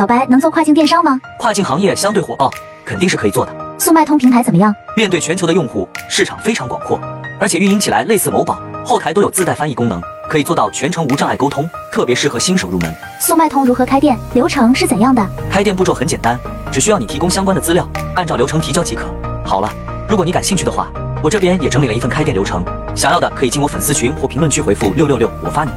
老白能做跨境电商吗？跨境行业相对火爆，肯定是可以做的。速卖通平台怎么样？面对全球的用户，市场非常广阔，而且运营起来类似某宝，后台都有自带翻译功能，可以做到全程无障碍沟通，特别适合新手入门。速卖通如何开店？流程是怎样的？开店步骤很简单，只需要你提供相关的资料，按照流程提交即可。好了，如果你感兴趣的话，我这边也整理了一份开店流程，想要的可以进我粉丝群或评论区回复六六六，我发你。